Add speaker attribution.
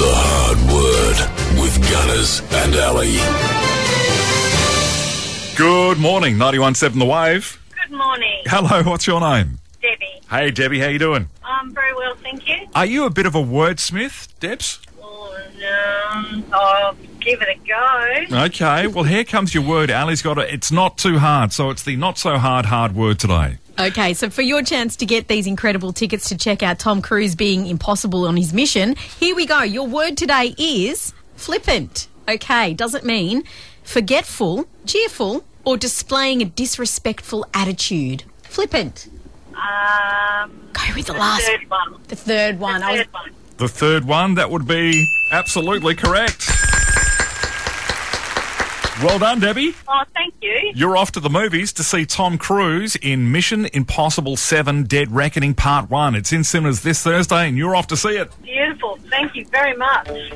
Speaker 1: The Hard Word with Gunners and Ali.
Speaker 2: Good morning, 91.7 The Wave.
Speaker 3: Good morning,
Speaker 2: Hello, what's your name?
Speaker 3: Debbie.
Speaker 2: Hey, Debbie, how you doing?
Speaker 3: I'm very well, thank you.
Speaker 2: Are you a bit of a wordsmith, Debs?
Speaker 3: Oh, no. I'll give it a go.
Speaker 2: Okay, well, here comes your word. Ali's got it. It's not too hard, so it's the not so hard, hard word today.
Speaker 4: Okay, so for your chance to get these incredible tickets to check out Tom Cruise being impossible on his mission, here we go. Your word today is flippant. Okay, doesn't mean forgetful, cheerful, or displaying a disrespectful attitude. Flippant.
Speaker 3: Um,
Speaker 4: Go with the
Speaker 3: the
Speaker 4: last,
Speaker 3: third one.
Speaker 4: the third one. I was-
Speaker 3: Third one.
Speaker 2: The third one, that would be absolutely correct. Well done, Debbie.
Speaker 3: Oh, thank you.
Speaker 2: You're off to the movies to see Tom Cruise in Mission Impossible 7 Dead Reckoning Part 1. It's in cinemas this Thursday, and you're off to see it.
Speaker 3: Beautiful. Thank you very much.